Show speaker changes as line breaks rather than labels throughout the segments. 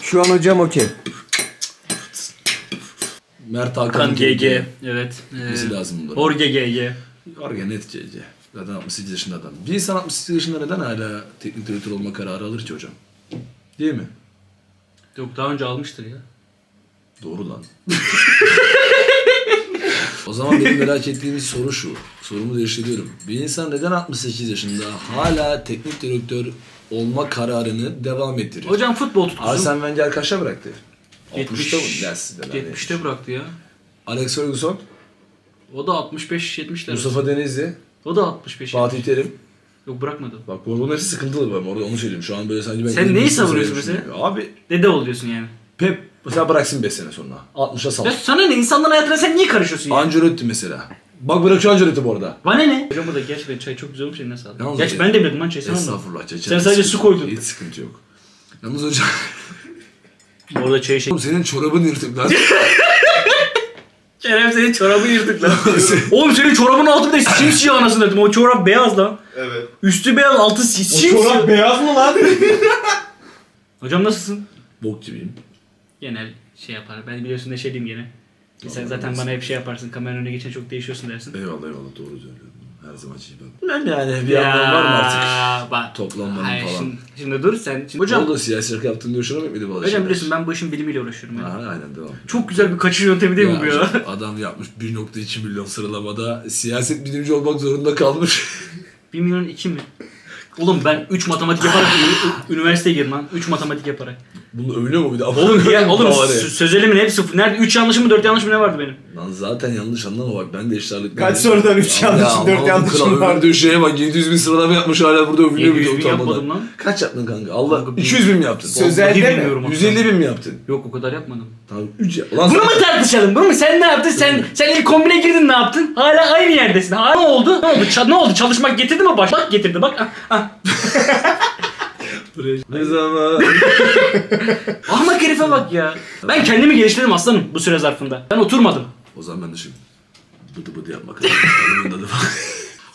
Şu an hocam okey.
Mert
Hakan
Hakan
GG. Evet. e,
Nesi lazım bunların?
Orge GG.
Organ net GG. Zaten 68 yaşında adam. Bir insan 68 yaşında neden hala teknik direktör olma kararı alır ki hocam? Değil mi?
Yok daha önce almıştır ya.
Doğru lan. o zaman benim merak ettiğim soru şu. Sorumu değiştiriyorum. Bir insan neden 68 yaşında hala teknik direktör olma kararını devam ettirir?
Hocam futbol tutkusu.
Arsene Wenger kaçta bıraktı?
70
60'ta mı? Dersinden hani.
70'te bıraktı ya.
Alex Ferguson,
O da 65 70'ler.
Mustafa Denizli,
O da 65.
Fatih Terim.
Yok bırakmadı.
Bak bu bunlar hepsi sıkıntılı ben orada onu söyleyeyim. Şu an böyle sanki ben...
Sen
kendim
neyi
bir sürü
savunuyorsun
söylüyorum. Abi
Dede ol diyorsun yani.
Pep mesela bıraksın 5 sene sonra. 60'a sal.
Ya sana ne? İnsanların hayatına sen niye karışıyorsun ya?
Ancelotti mesela. Bak bırakıyor Ancelotti bu arada.
Bana ne? Hocam bu da gerçekten çay çok güzel olmuş eline sağlık.
Yalnız
Gerçi
hocam-
ben demledim lan çayı E, sen olmadın.
Estağfurullah. Çeçen.
Sen sadece su koydun.
Hiç sıkıntı yok. Yalnız hocam
Bu arada çayı şey...
oğlum senin çorabın yırtık lan.
Kerem senin çorabını yırtık lan. Oğlum senin çorabın altı bir de simsiyah anasını dedim. O çorap beyaz lan.
Evet.
Üstü beyaz altı si- simsiyah.
Çorap beyaz mı lan?
Hocam nasılsın?
Bok gibiyim.
Genel şey yapar. Ben biliyorsun neşeliyim gene. Sen zaten bana hep şey yaparsın. Kameranın önüne geçen çok değişiyorsun dersin.
Eyvallah eyvallah doğru söylüyorum. Her zaman şey ben.
Ben yani
bir anlam var mı artık?
Bak.
Toplanmanın
Hayır,
falan.
Şimdi, şimdi dur sen. Şimdi,
Hocam.
hocam,
Oldu siyasi şarkı yaptığını düşünemek miydi bu
hocam biliyorsun ben bu işin bilimiyle uğraşıyorum. Yani.
Ha, aynen devam.
Çok güzel bir kaçış yöntemi değil mi bu ya?
hocam, Adam yapmış 1.2 milyon sıralamada siyaset bilimci olmak zorunda kalmış.
1 milyon 2 mi? Oğlum ben 3 matematik yaparak ü- ü- üniversiteye girdim lan. 3 matematik yaparak.
Bunu övünüyor mu bir de?
Oğlum ya oğlum
Bari.
sö- söz elimin hep sıfır. Nerede 3 yanlışım mı 4 yanlış mı ne vardı benim?
Lan zaten yanlış anlama bak ben de işlerlik.
Kaç sorudan üç yanlışın, dört yanlışın var?
Ömür şeye bak 700 bin sıralama yapmış hala burada övünüyor bir de
700 bin
utanmadan.
yapmadım lan.
Kaç yaptın kanka? Allah
Kanka bin-
200 bin mi yaptın?
Söz-
Vallahi
Özelde mi?
bilmiyorum hatta.
150 bin mi yaptın?
Yok o kadar yapmadım.
Tamam 3 yap. Ulan
Bunu
sen-
mu tartışalım? Bunu mu? Sen ne yaptın? Sen sen ilk kombine girdin ne yaptın? Hala aynı yerdesin. Hala ne oldu? Ne oldu? Ça- ne oldu? Çalışmak getirdi mi baş? Bak getirdi bak. Ah, ah.
Ne zaman?
Ahmak herife bak ya. Ben kendimi geliştirdim aslanım bu süre zarfında. Ben oturmadım.
o zaman ben de şimdi bıdı bıdı yapmak. Kanımında da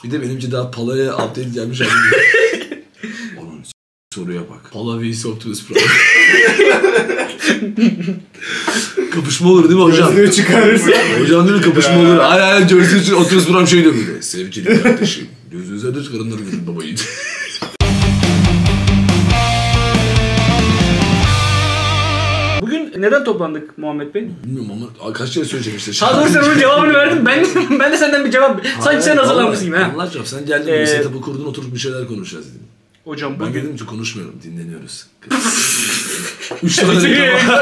Bir de benimki daha Pala'ya update gelmiş abi. Oğlum s- soruya bak. Pala vs Optimus Prime. Kapışma olur değil mi hocam?
Gözlüğü çıkarırsa.
Hocam dedi kapışma olur. Ay ay gördüğünüz için oturuz buram şey diyor böyle. Sevgili kardeşim. Gözünüze de çıkarınları görün babayı.
Bugün neden toplandık Muhammed Bey?
Bilmiyorum ama kaç kere söyleyeceğim işte.
Daha doğrusu sen onun cevabını verdin. Ben ben de senden bir cevap. Sanki sen hazırlanmış gibi ha.
Anlatacağım. Sen geldin
Ee,
bir setup'ı kurdun oturup bir şeyler konuşacağız dedim.
Hocam
Ben
bugün
dedim ki konuşmuyorum dinleniyoruz. üç tane reklam.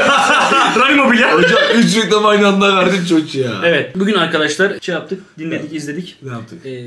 Ray Mobilya.
Hocam üç reklam aynı anda verdin çok iyi ya.
Evet. Bugün arkadaşlar şey yaptık, dinledik, izledik.
Ne yaptık?
Ee,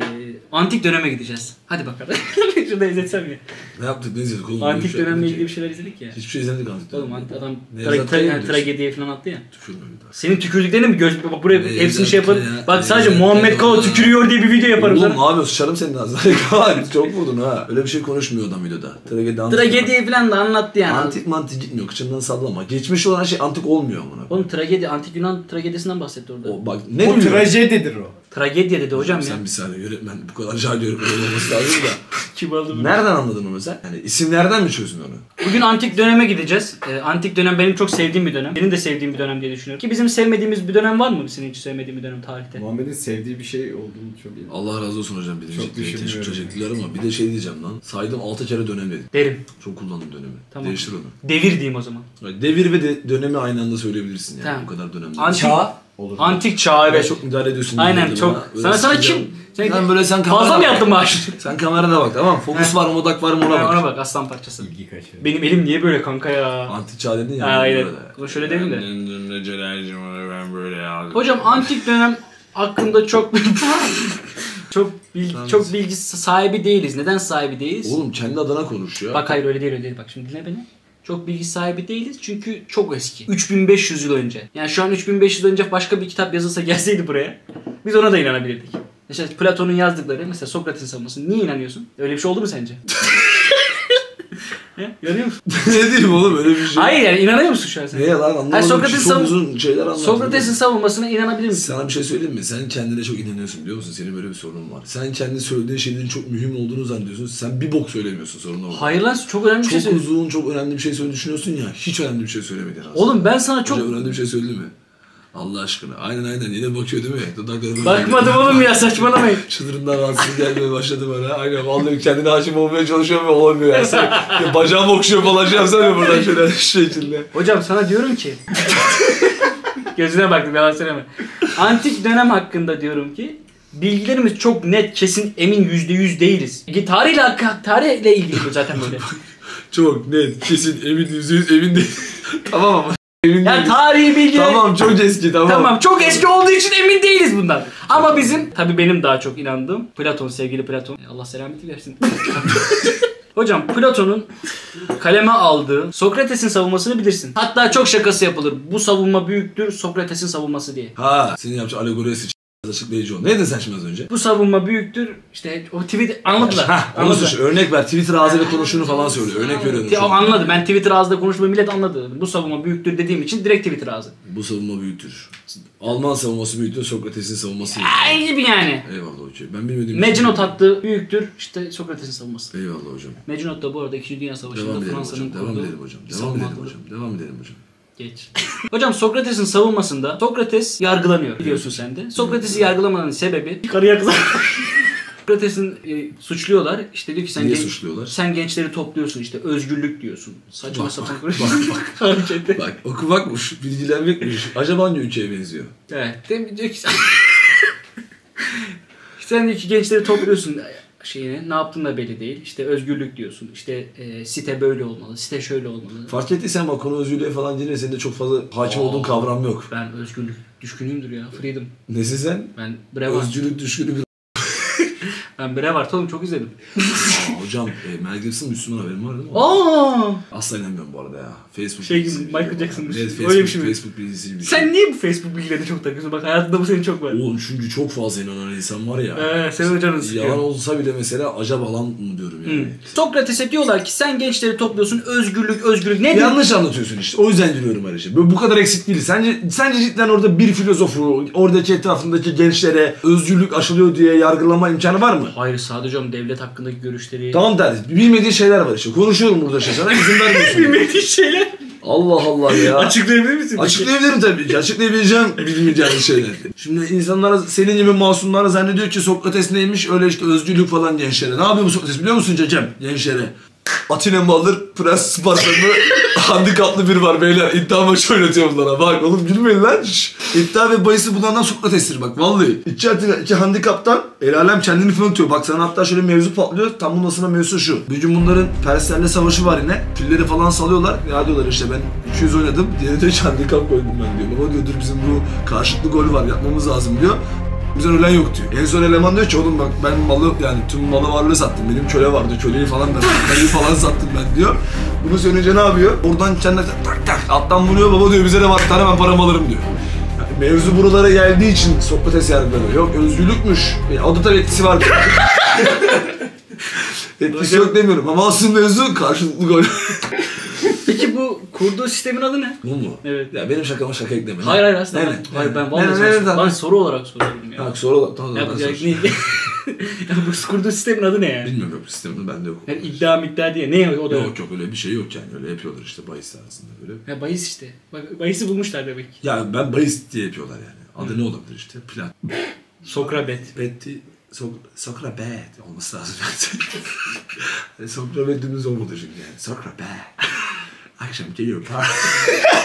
antik döneme gideceğiz. Hadi bakalım. Şurada izletsem ya.
Ne yaptık? Ne izledik oğlum?
Antik
Böyle
dönemle
şey-
ilgili bir şeyler izledik ya.
Hiçbir şey izlemedik antik
Oğlum
dönemle.
ant- adam
Nevzat
tra- tra-
Bey mi
yani
diyorsun?
tragediye falan attı ya.
Tükürme bir daha.
Senin tükürdüklerini mi göz bak buraya
Nevzat
hepsini şey yaparım.
Bey ya,
Bak sadece
Nevzat Bey
Muhammed Kala
ya.
tükürüyor diye bir video yaparım sana.
Oğlum abi sıçarım senin ağzına. Kaan, çok vurdun ha. Öyle bir şey konuşmuyor adam videoda. Tragedi antik.
Tragediyi falan da anlattı yani.
Antik mantik gitmiyor. Kıçından sallama. Geçmiş olan her şey antik olmuyor amına. koyayım.
Oğlum tragedi, antik Yunan tragedisinden bahsetti orada.
O bak ne
O
diyor?
trajedidir o.
Tragedya dedi hocam ya.
Sen bir saniye yönetmen bu kadar cahil yönetmen olması lazım da.
Kim aldı bunu?
Nereden anladın onu sen? Yani isimlerden mi çözdün onu?
Bugün antik döneme gideceğiz. Ee, antik dönem benim çok sevdiğim bir dönem. Benim de sevdiğim bir dönem diye düşünüyorum. Ki bizim sevmediğimiz bir dönem var mı? Senin hiç sevmediğin bir dönem tarihte.
Muhammed'in sevdiği bir şey olduğunu çok iyi.
Allah razı olsun hocam benim
Çok
için teşekkür-
düşünmüyorum.
teşekkürler ama bir de şey diyeceğim lan. Saydım 6 kere dönem dedim.
Derim.
Çok kullandım dönemi.
Tamam.
Değiştir onu.
Devir diyeyim o zaman.
Yani Devir ve de- dönemi aynı anda söyleyebilirsin yani.
Tamam.
Bu kadar dönem.
Antik,
Çağ olur.
antik çağ
Evet.
evet.
Çok müdahale ediyorsun.
Aynen
Bana.
çok.
Böyle
Sana sana
sıkacağım.
kim?
Sen,
Sen,
böyle sen kamerana
fazla mı
bak.
yaptın maaşı?
Sen kamerana bak tamam. Fokus var mı odak var mı ona
Ona
bak.
bak. aslan parçası.
İlgi kaçırdı.
Benim elim niye böyle kanka ya?
Antik çağ dedin ya.
Ha, aynen.
böyle.
O şöyle değil mi de?
Ben dün de Celal'cim öyle ben böyle ya.
Hocam antik dönem hakkında çok çok bil, çok bilgi sahibi değiliz. Neden sahibi değiliz?
Oğlum kendi adına konuş ya.
Bak hayır öyle değil öyle değil. Bak şimdi dinle beni. Çok bilgi sahibi değiliz çünkü çok eski. 3500 yıl önce. Yani şu an 3500 yıl önce başka bir kitap yazılsa gelseydi buraya biz ona da inanabilirdik. Mesela Platon'un yazdıkları mesela Sokrates'in savunması niye inanıyorsun? Öyle bir şey oldu mu sence? He? Görüyor musun?
ne diyeyim oğlum öyle bir şey.
Hayır yani inanıyor musun şu an sen?
Ne lan anlamadım.
Hayır,
Sokrates
Sokrates'in
çok
sav-
uzun şeyler anlattın.
Sokrates'in savunmasına inanabilir misin?
Sana bir şey söyleyeyim mi? Sen kendine çok inanıyorsun biliyor musun? Senin böyle bir sorunun var. Sen kendi söylediğin şeylerin çok mühim olduğunu zannediyorsun. Sen bir bok söylemiyorsun sorun orada.
Hayır lan çok önemli bir şey
Çok
söylüyorsun.
uzun, çok önemli bir şey söyle düşünüyorsun ya. Hiç önemli bir şey söylemedin aslında.
Oğlum ben sana çok...
Hocam önemli bir şey söyledi mi? Allah aşkına. Aynen aynen yine bakıyor değil mi? Dudakları böyle-
Bakmadım oğlum ya saçmalamayın.
Çadırından rahatsız gelmeye başladı bana. Aynen vallahi kendine hakim olmaya çalışıyorum ve olamıyor yani. Sen, ya bacağım okşuyor falan şey yapsana buradan şöyle şu şekilde.
Hocam sana diyorum ki... Gözüne baktım yalan söyleme. Antik dönem hakkında diyorum ki bilgilerimiz çok net, kesin, emin, yüzde yüz değiliz. Tarihle, hakkı- tarihle ilgili bu zaten böyle.
Çok net, kesin, emin, yüzde yüz emin değil. tamam ama emin
Yani
değil.
tarihi bilgi...
Tamam çok eski tamam.
Tamam çok eski olduğu için emin değiliz bundan. Ama bizim tabii benim daha çok inandığım Platon sevgili Platon. E, Allah selameti versin. Hocam Platon'un kaleme aldığı Sokrates'in savunmasını bilirsin. Hatta çok şakası yapılır. Bu savunma büyüktür Sokrates'in savunması diye.
Ha senin yapacağın alegoriye sıç açıklayıcı o. Ne dedin sen şimdi az önce?
Bu savunma büyüktür. İşte o tweet anladılar.
Ha, onu
anladılar.
suç. Örnek ver. Twitter ağzıyla konuştuğunu falan söyle. Örnek veriyorum.
Ya,
şu
o
an.
anladı. Ben Twitter ağzında konuşmayı millet anladı. Bu savunma büyüktür dediğim için direkt Twitter ağzı.
Bu savunma büyütür. Alman savunması büyütür, Sokrates'in savunması büyütür.
Ay gibi yani.
Eyvallah hocam. Ben bilmediğim için-
Mecnot hattı büyüktür. İşte Sokrates'in savunması.
Eyvallah hocam.
Mecnot da bu arada 2. Dünya
Devam
Savaşı'nda
edelim
Fransa'nın
hocam. Devam
kurduğu
edelim hocam. Devam
savunma
edelim
hattı.
hocam. Devam edelim hocam.
Geç. Hocam Sokrates'in savunmasında Sokrates yargılanıyor biliyorsun sen de. Sokrates'i yargılamanın sebebi karıya kıza. Sokrates'in e, suçluyorlar. İşte diyor ki sen
Niye
genç-
suçluyorlar?
Sen gençleri topluyorsun işte özgürlük diyorsun. Saçma
Bak,
sapan
bak, bak,
hareketler.
Bak okumakmış, bilgilenmekmiş. Acaba hangi ülkeye benziyor?
Evet. Değil mi? Diyor ki sen... sen diyor ki gençleri topluyorsun şeyini ne yaptığın da belli değil. İşte özgürlük diyorsun. İşte e, site böyle olmalı, site şöyle olmalı.
Fark ettiysen bak konu özgürlüğe falan girince senin de çok fazla hakim
Aa.
olduğun kavram yok.
Ben özgürlük düşkünüyümdür ya. Freedom.
Nesi sen?
Ben Brevard.
Özgürlük düşkünü bir...
Ben Brevard oğlum çok izledim.
Aa, hocam e, Mel Gibson Müslüman haberin var değil mi?
Aa!
Asla inanmıyorum bu arada ya. Facebook
Şey
bilgisi
gibi,
biliyor
Michael
bana.
Jackson bir şey.
Evet, Facebook,
Öyle bir şey mi?
Facebook bilgisi bir şey.
Sen niye bu Facebook bilgilerine çok takıyorsun? Bak hayatında bu senin çok var.
Oğlum çünkü çok fazla inanan insan var ya.
Ee, senin hocanın
Yalan
sıkıyor.
olsa bile mesela acaba lan mı diyorum yani.
Hı. Sokrates'e diyorlar ki sen gençleri topluyorsun özgürlük özgürlük ne diyor?
Yanlış anlatıyorsun işte. O yüzden gülüyorum her işe. Böyle bu kadar eksik değil. Sence, sence cidden orada bir filozofu, oradaki etrafındaki gençlere özgürlük aşılıyor diye yargılama imkanı var mı?
Hayır sadece hocam devlet hakkındaki görüşleri.
Tamam derdi. Bilmediği şeyler var işte. Konuşuyorum burada şey sana izin vermiyorsun.
Bilmediği şeyler.
Allah Allah ya.
Açıklayabilir misin?
Açıklayabilirim tabii ki. Açıklayabileceğim bilmeyeceğim şeyler. Şimdi insanlar senin gibi masumlar zannediyor ki Sokrates neymiş öyle işte özgürlük falan gençlere. Ne yapıyor bu Sokrates biliyor musun Cecem? Gençlere. Atina Maldır, Prens Spartan'da handikaplı biri var beyler. İddia maçı oynatıyor bunlara. Bak oğlum gülmeyin lan. Şş. İddia ve bahisi bunlardan Sokrates'tir bak vallahi. İki, Atina, iki handikaptan el alem kendini falan atıyor. Bak sana hatta şöyle mevzu patlıyor. Tam bunun aslında mevzusu şu. Bir gün bunların Perslerle savaşı var yine. Pilleri falan salıyorlar. Ya diyorlar işte ben 200 oynadım. Diğeri de hiç handikap koydum ben diyor. Baba diyor dur bizim bu karşılıklı gol var yapmamız lazım diyor. Bizden ölen yok diyor. En son eleman diyor ki oğlum bak ben malı yani tüm malı varlığı sattım. Benim köle vardı köleyi falan da köleyi falan sattım ben diyor. Bunu söyleyince ne yapıyor? Oradan kendine tak tak alttan vuruyor baba diyor bize de var tane ben paramı alırım diyor. Yani Mevzu buralara geldiği için Sokrates yargılanıyor. Yok özgürlükmüş. E, o da tabii etkisi var. etkisi yok demiyorum ama aslında mevzu karşılıklı gol.
Peki bu kurduğu sistemin adı ne?
Bu mu?
Evet.
Ya benim şakama şaka ekleme.
Hayır hayır aslında.
Ne,
ben-
ne?
hayır ben
Ne,
vallahi
ne,
sana-
ne, ne,
ben
ne?
soru olarak soruyorum ya.
Bak soru tamam
Ya,
tamam.
ya,
ben
ne?
sorayım.
ya bu kurduğu sistemin adı ne yani?
Bilmiyorum yok sistemde bende yok.
Yani iddia miktar diye ne o da yok.
Yok yok öyle bir şey yok yani öyle yapıyorlar işte bahis arasında böyle.
Ya bahis işte. Bak bahisi bulmuşlar demek ki.
Ya ben bahis diye yapıyorlar yani. Adı ne olabilir işte? Plat.
Sokrabet.
Betti. Sok Sokrabet olması lazım Hani bence. Sokrabet dümdüz olmadı çünkü yani. Sokrabet. Akşam geliyor.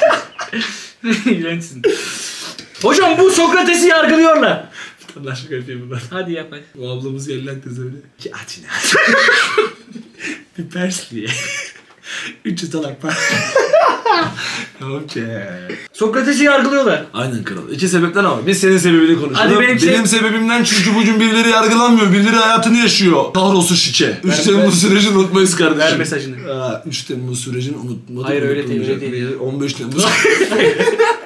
İğrençsin. Hocam bu Sokrates'i yargılıyorlar.
Allah şaka yapayım bunlar.
Hadi yap hadi.
Bu ablamız gelen kız öyle. Ki Atina. bir Persliye. Üç yutalak var. Okey.
Sokrates'i yargılıyorlar.
Aynen kral. İki sebepten ama biz senin sebebini konuşalım.
Hadi şey- benimki-
Benim sebebimden çünkü bugün birileri yargılanmıyor. Birileri hayatını yaşıyor. Kahrolsun şike. 3 Temmuz sürecini unutmayız kardeşim.
Ver mesajını.
Aa, 3 Temmuz sürecini unutmadık.
Hayır, öyle değil,
unutulmayacak.
öyle değil ya.
15 Temmuz.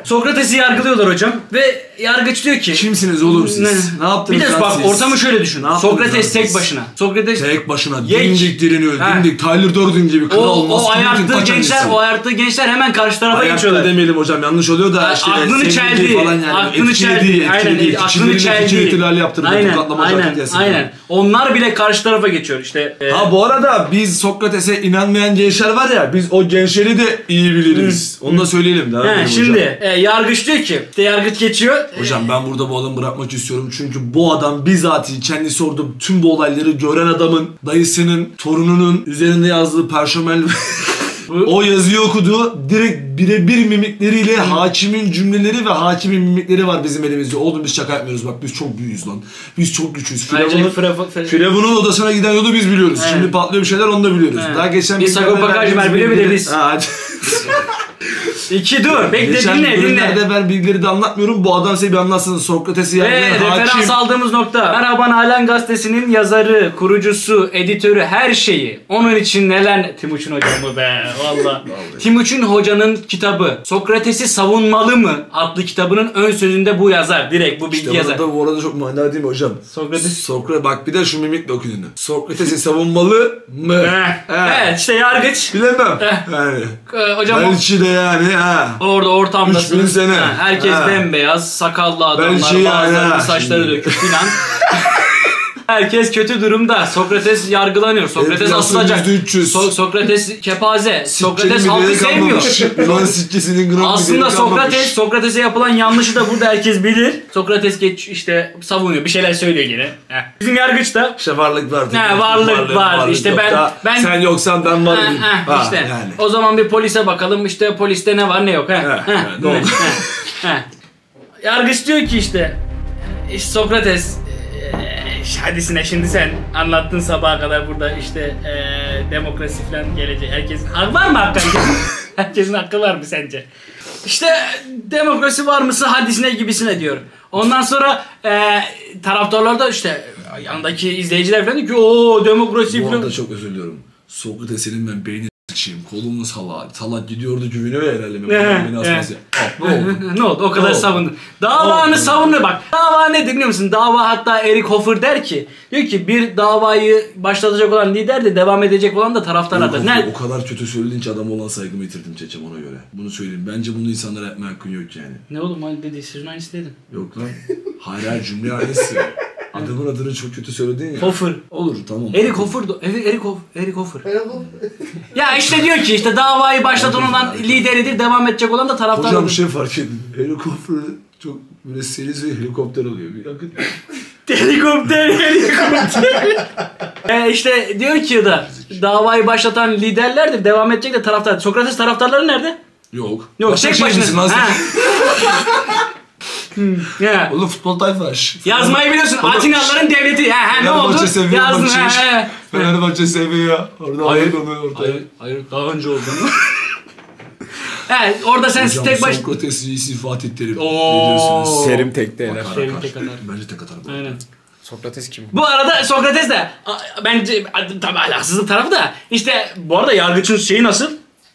Sokrates'i yargılıyorlar hocam ve yargıç diyor ki
Kimsiniz oğlum siz? Ne,
Ne?
yaptınız
Bir de
lan
bak
siz?
ortamı şöyle düşün.
Ne yaptınız lan
Sokrates
siz?
tek başına. Sokrates
Tek başına
Yek.
dimdik diriniyor.
Ha.
Dimdik Tyler Durden gibi kral
o,
olmaz.
o ayarttığı gençler, o
ayakta
ayarttığı gençler hemen karşı tarafa geçiyorlar.
demeyelim hocam yanlış oluyor da
Ha,
işte
aklını
sevgili
çeldi.
falan yani.
Aklını
Etkili
çeldi.
değil, etkili
aynen.
değil.
Aklını
Fikirlerine
çeldi.
Fikir ihlali yaptırdı.
Aynen.
tokatlama
Aynen.
şarkı yesin.
Aynen. Onlar bile karşı tarafa geçiyor işte. e,
Ha bu arada biz Sokrates'e inanmayan gençler var ya biz o gençleri de iyi biliriz. Onu da söyleyelim. Devam
he,
edelim Hocam.
şimdi e, yargıç diyor ki işte yargıç geçiyor. E,
Hocam ben burada bu adamı bırakmak istiyorum çünkü bu adam bizatihi kendi sorduğum tüm bu olayları gören adamın dayısının, torununun üzerinde yazdığı perşemel o yazıyı okudu. Direkt birebir mimikleriyle hakimin cümleleri ve hakimin mimikleri var bizim elimizde. Oğlum biz şaka yapmıyoruz bak biz çok büyüğüz lan. Biz çok güçlüyüz.
Ayrıca
Firavun'un-
Firavun- Firavun-
Firavun'un odasına giden yolu biz biliyoruz.
Evet.
Şimdi patlıyor bir şeyler onu da biliyoruz.
Evet.
Daha geçen
Bir
bölümlerde
Sagopa Kajmer
verdiğimiz
biliyor bir de
bilgileri-
biz.
Ha, hadi.
İki dur. Bekle
Geçen
E, dinle dinle.
bölümlerde ben bilgileri de anlatmıyorum. Bu adam size bir anlatsın. Sokrates'i
Ve
yerleyen
referans
hakim.
aldığımız nokta. Merhaba Nalan Gazetesi'nin yazarı, kurucusu, editörü her şeyi. Onun için neler... Timuçin hocamı be valla. Timuçin hocanın kitabı Sokrates'i savunmalı mı? adlı kitabının ön sözünde bu yazar. Direkt bu bilgi
İşte
yazar.
orada, bu arada çok manidar değil mi hocam?
Sokrates-
Sokra bak bir de şu mimikle okuyun. Sokrates'i savunmalı mı?
Heh.
He.
Evet işte yargıç.
Bilemem.
Eh.
Yani.
Ee, hocam
Belki de yani ha.
Orada ortamdasın.
3000 sene.
Ha, herkes
Ha.
bembeyaz, sakallı
Ben
adamlar,
şey
bazılarının
ya,
saçları
şimdi.
dökük filan. herkes kötü durumda. Sokrates yargılanıyor. Sokrates
Enflasyon
asılacak.
%300.
So- Sokrates kepaze. Sokrates
Sikkenin
halkı
bir değeri
sevmiyor.
kalmamış. Ulan sikkesinin gramı bir
Aslında
değeri
Sokrates,
kalmamış.
Sokrates'e yapılan yanlışı da burada herkes bilir. Sokrates geç işte savunuyor. Bir şeyler söylüyor gene. Heh. Bizim yargıç da
İşte varlık var.
He, varlık var. İşte ben-
da
ben-
Sen yoksan ben varım.
Ha, ha,
Ha,
işte.
Yani.
O zaman bir polise bakalım işte poliste ne var ne yok. Ha,
Ha,
ha,
ha, ne
ne,
oldu?
ha, ha. Yargıç diyor ki işte "İşte Sokrates eee, işte hadisine şimdi sen anlattın sabaha kadar burada işte eee, demokrasi falan gelecek. Herkesin hakkı var mı hakkı? Herkesin hakkı var mı sence? İşte demokrasi var mısı hadisine gibisine diyor. Ondan sonra eee taraftarlar da işte yanındaki izleyiciler falan diyor ki o demokrasi
Bu
falan.
arada çok özür diliyorum. Sokrates'in ben beynini s**eyim. Kolumla salak. Salak gidiyordu güvene ve herhalde.
He,
Ben beni
he.
asmaz ya. Ah, Ne oldu?
ne oldu? O kadar
oldu?
savundu. Davanı savundu bak. Dava nedir biliyor musun? Dava hatta Eric Hoffer der ki diyor ki bir davayı başlatacak olan lider de devam edecek olan da taraftar
Yok,
atar.
o-
Ne?
O kadar kötü söyledin ki adam olan saygımı yitirdim çeçem ona göre. Bunu söyleyeyim. Bence bunu insanlara yapma hakkın yok yani.
Ne oğlum hani dedi sırrın aynısı dedim.
Yok lan. Hayır hayır cümle aynısı. Adamın adını çok kötü söyledin ya.
Hoffer.
Olur tamam.
Eric Hoffer. Eric, Eric, Hof- Eric Hoffer. ya işte diyor ki işte davayı başlatan olan lideridir devam edecek olan da taraftar
Hocam bir
atar.
şey fark ettim. Helikopter çok böyle seliz ve helikopter oluyor. Bir yakın.
Helikopter, helikopter. e işte diyor ki da davayı başlatan liderlerdir devam edecek de taraftar. Sokrates taraftarları nerede?
Yok.
Yok
Başka
tek
şey misin
başına.
lan sen?
Ha. Hmm, ya.
Oğlum futbol tayfa.
Yazmayı biliyorsun. Atinalıların devleti. Ha, ha, ne oldu?
Fenerbahçe seviyor
Yazdın.
maçı.
Ha, ha.
Fenerbahçe seviyor. Orada
Hayır.
hayır onu orada.
Hayır, hayır daha önce oldu. evet, orada sen
Hocam
tek baş...
Sokrates üyesi Fatih Terim.
Oo.
Ne diyorsunuz?
Serim tek değerler.
Bakar,
Terim
bakar.
tek atar.
Bence tek atar. bu.
Aynen.
Sokrates kim?
Bu arada Sokrates de a- bence a- tabii alakasızlık tarafı da işte bu arada yargıçın şeyi nasıl?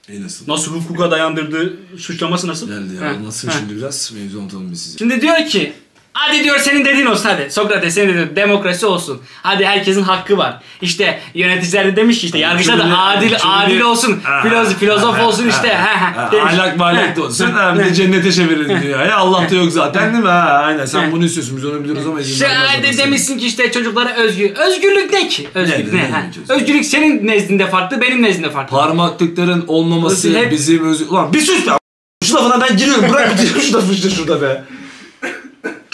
En nasıl?
Nasıl hukuka dayandırdığı suçlaması nasıl?
Geldi ya.
Ha,
Anlatsın
ha.
şimdi biraz. Mevzu anlatalım biz size.
Şimdi diyor ki Hadi diyor senin dediğin olsun hadi. Sokrates senin dediğin demokrasi olsun. Hadi herkesin hakkı var. İşte yöneticiler de demiş ki işte yargıçlar da
Şöyle-
adil
şöyle-
adil olsun. Filozof filozof olsun işte. Ha, ha, demiş.
Ahlak mahlak da olsun. Ha, bir de cennete çevirin diyor. Ya Allah da yok zaten değil mi? Ha, aynen sen bunu istiyorsun. Biz onu biliyoruz ama izin
İşte
vermez.
hadi
adam sana.
demişsin ki işte çocuklara özgür. Özgürlük ne ki? Özgürlük
Ne,
ne?
ne, ne
ha?
diyeceğiz?
Özgürlük senin nezdinde farklı, benim nezdinde farklı.
Parmaklıkların olmaması
Özür- hep-
bizim öz... Ulan bir sus be! Şu lafına ben giriyorum. Bırak bitir şu lafı işte şurada be.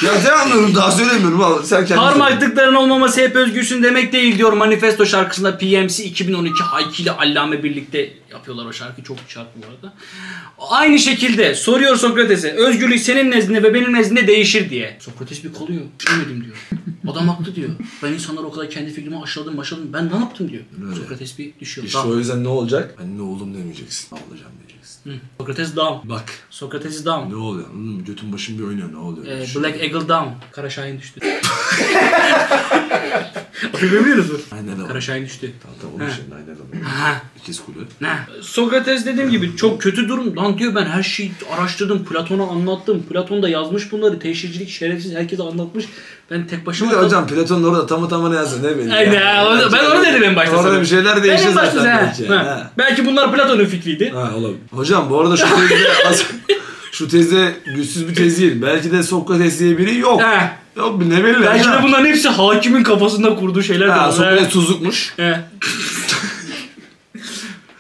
Ya ne anlıyorum daha söylemiyorum. Al, sen kendin söyle.
Parmaklıkların olmaması hep özgürsün demek değil diyor Manifesto şarkısında PMC 2012 Hayki ile Allame birlikte yapıyorlar o şarkı. Çok bir şarkı bu arada. Aynı şekilde soruyor Sokrates'e özgürlük senin nezdinde ve benim nezdinde değişir diye. Sokrates bir kalıyor. Bilmedim diyor. Adam haklı diyor. Ben insanları o kadar kendi fikrimi aşağıladım aşağıladım. Ben ne yaptım diyor. Sokrates bir düşüyor.
İşte
Daha-
o yüzden ne olacak? Anne oğlum demeyeceksin. Ne olacağım diyeceksin.
diyeceksin. Sokrates down.
Bak
Sokrates down.
ne oluyor anladın mı? Götüm başım bir oynuyor ne oluyor?
Ee,
Şimdi-
Black Eagle down. Kara Şahin düştü. Onu görmüyoruz mu?
Aynen öyle.
Kara Şahin düştü.
Tamam tamam onun için aynen öyle.
Ha.
İkiz kulü.
Ne? Sokrates dediğim gibi çok kötü durum. Lan diyor ben her şeyi araştırdım. Platon'a anlattım. Platon da yazmış bunları. Teşhircilik şerefsiz herkese anlatmış. Ben tek başıma...
Şimdi hocam Platon'un orada tamı tamına yazdı ne belli.
Aynen. o- Ben onu dedim en başta.
Orada
sana.
bir şeyler
Ben en
değişir
başta
zaten.
sana-
bence.
ha.
Ha.
Belki bunlar Platon'un fikriydi.
Ha olabilir. Hocam bu arada şu tezde şu tezde güçsüz bir tez değil. Belki de Sokrates diye biri yok.
Ha.
Yok ne belli.
Belki
ha.
de bunların hepsi hakimin kafasında kurduğu şeyler. de
Ha,
var.
Sokrates tuzlukmuş.
He.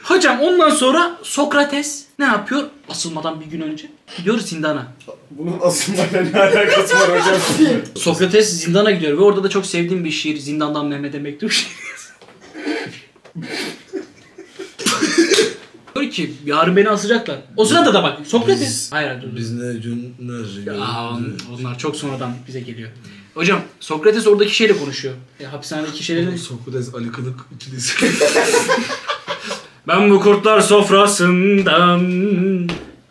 Hocam ondan sonra Sokrates ne yapıyor? Asılmadan bir gün önce gidiyor zindana.
Bunun asılmayla ne alakası var hocam?
Sokrates zindana gidiyor ve orada da çok sevdiğim bir şiir Zindandan Mehmet'e mektup şiir. Diyor ki yarın beni asacaklar. O sırada da bak Sokrates. hayır hayır, dur, dur.
Biz ne günler
Aa, on- onlar çok sonradan bize geliyor. Hocam Sokrates oradaki şeyle konuşuyor. E, hapishanedeki şeyleri.
Sokrates Ali Kılık ikilisi.
Ben bu kurtlar sofrasından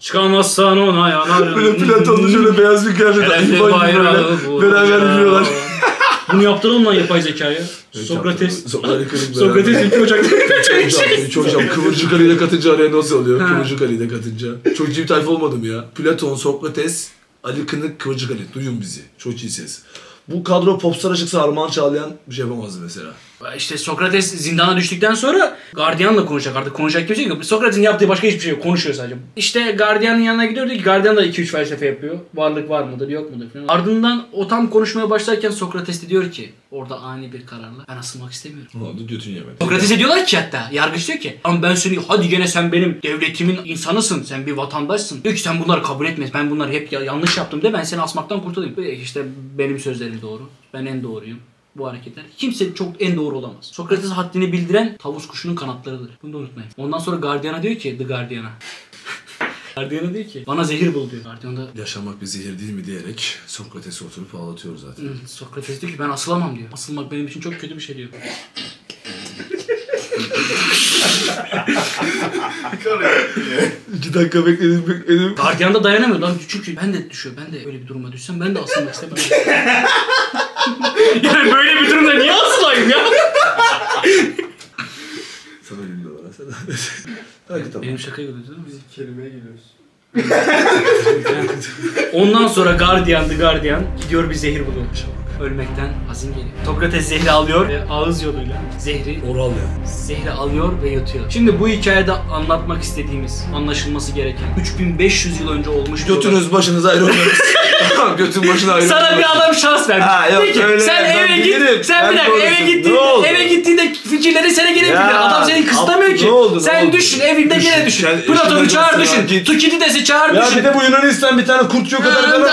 çıkamazsan ona yanarım.
Böyle Platon'lu şöyle beyaz bir kıyafet.
Şerefli
Ali Kılık gibi
bayrağı
böyle
bu
Beraber
hocam.
gidiyorlar.
Bunu yaptıralım lan yapay zekaya.
Evet,
Sokrates.
yaptıralım. So- Ali Kılıç
Sokrates
beraber.
2 Ocak'ta
Hocam, çok hocam Kıvırcık Ali'yle katınca araya nasıl oluyor? Kıvırcık Ali'yle katınca. Çok iyi bir tayfa olmadım ya. Platon, Sokrates, Ali Kınık, Kıvırcık Ali. Duyun bizi. Çok iyi ses. Bu kadro popstar açıksa Armağan Çağlayan bir şey yapamazdı mesela.
İşte Sokrates zindana düştükten sonra gardiyanla konuşacak artık. Konuşacak kimse yok. Sokrates'in yaptığı başka hiçbir şey yok. Konuşuyor sadece. İşte gardiyanın yanına gidiyor diyor ki gardiyan da 2-3 felsefe yapıyor. Varlık var mıdır yok mudur falan. Ardından o tam konuşmaya başlarken Sokrates de diyor ki orada ani bir kararla ben asılmak istemiyorum.
Ulan da götün yemedi.
Sokrates'e diyorlar ki hatta yargıç diyor ki ama ben seni hadi gene sen benim devletimin insanısın sen bir vatandaşsın. Diyor ki sen bunları kabul etmez ben bunları hep ya- yanlış yaptım de ben seni asmaktan kurtulayım. Diyor ki, İşte benim sözlerim doğru ben en doğruyum bu hareketler. Kimse çok en doğru olamaz. Sokrates haddini bildiren tavus kuşunun kanatlarıdır. Bunu da unutmayın. Ondan sonra gardiyana diyor ki The Guardian'a. gardiyana diyor ki bana zehir bul diyor. Gardiyan da
Yaşamak bir zehir değil mi diyerek Sokrates'i oturup ağlatıyor zaten.
"Hı, Sokrates diyor ki ben asılamam diyor. Asılmak benim için çok kötü bir şey diyor.
İki dakika bekledim bekledim.
Gardiyan da dayanamıyor lan çünkü ben de düşüyor. Ben de öyle bir duruma düşsem ben de asılmak istemem. yani böyle bir durumda niye asılayım ya?
Sana güldü bana sana. Hadi tamam.
Benim şakayı görüyorsun değil mi?
Biz kelimeye geliyoruz.
Ondan sonra gardiyandı gardiyan gidiyor bir zehir buluyormuş. Ölmekten hazin geliyor. Sokrates zehri alıyor ve ağız yoluyla zehri
Oral yani.
zehri alıyor ve yutuyor. Şimdi bu hikayede anlatmak istediğimiz, anlaşılması gereken 3500 yıl önce olmuş bir olay.
Götünüz başınız ayrı olmanız. Tamam götün başına ayrı
Sana
olmanız.
bir adam şans vermiş.
Ha, yok,
Peki
öyle
sen
ben
eve git.
bilirim.
Sen bir
Ben
dakika eve
doğrusun. Ne
gittiğinde
oldu?
eve gittiğinde fikirleri sana gelebilir.
Ya,
Adam seni kısıtlamıyor ki.
ne oldu,
sen
ne oldu?
düşün evinde
Düşün,
gene düşün.
kendi
Platon'u
eşine
çağır
dönsün,
düşün.
git.
Tukidides'i çağır
Ya
düşün.
bir de bu Yunanistan bir tane kurtçuğu kadar
Ya,
kadar mı?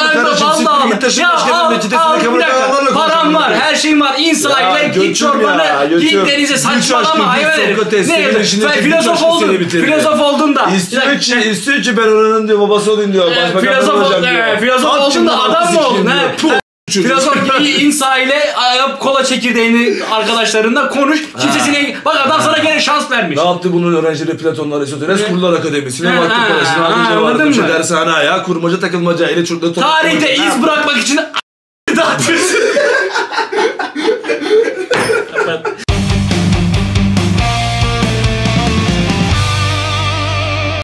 ya,
Kardeşim siktir
Ee, vallahi Allah.
git taşın
Ya
başka bir
al,
memleketine
al, bir
kamerayı
dakika.
kalanlarla
Param
konuşalım.
var, her şeyim var. İnsayla
götür
git
ya,
çorbanı,
götür.
git denize
Güç
saçmalama
aşkı, güç
hayvan herif.
Sokrates,
Ne
senin
yapıyorsun?
işindeki
Ben
güç
Filozof
aşkı seni
oldun.
bitirdi.
Filozof oldun da.
İstiyor ki, istiyor ki ben oranın diyor babası olayım diyor.
Ee,
Başbakan
filozof
olacağım
ol-
diyor.
ee, filozof
At
oldun
şimdi
da adam
ağzını
mı oldun,
sikeyim
he?
diyor. Puh, çocuğu.
Filozof gibi insa ile ayıp kola çekirdeğini arkadaşlarınla konuş. Kimsesine bak adam sana gene şans vermiş.
Ne yaptı bunun öğrencileri Platon'la Aristoteles Kurlar Akademisi'ne
Ha,
vakti
ha,
parasını
ha,
alınca
anladın
vardı.
mı?
Dershane ayağı kurmaca takılmaca ile çurda torba.
Tarihte iz bırakmak için dağıtıyorsun.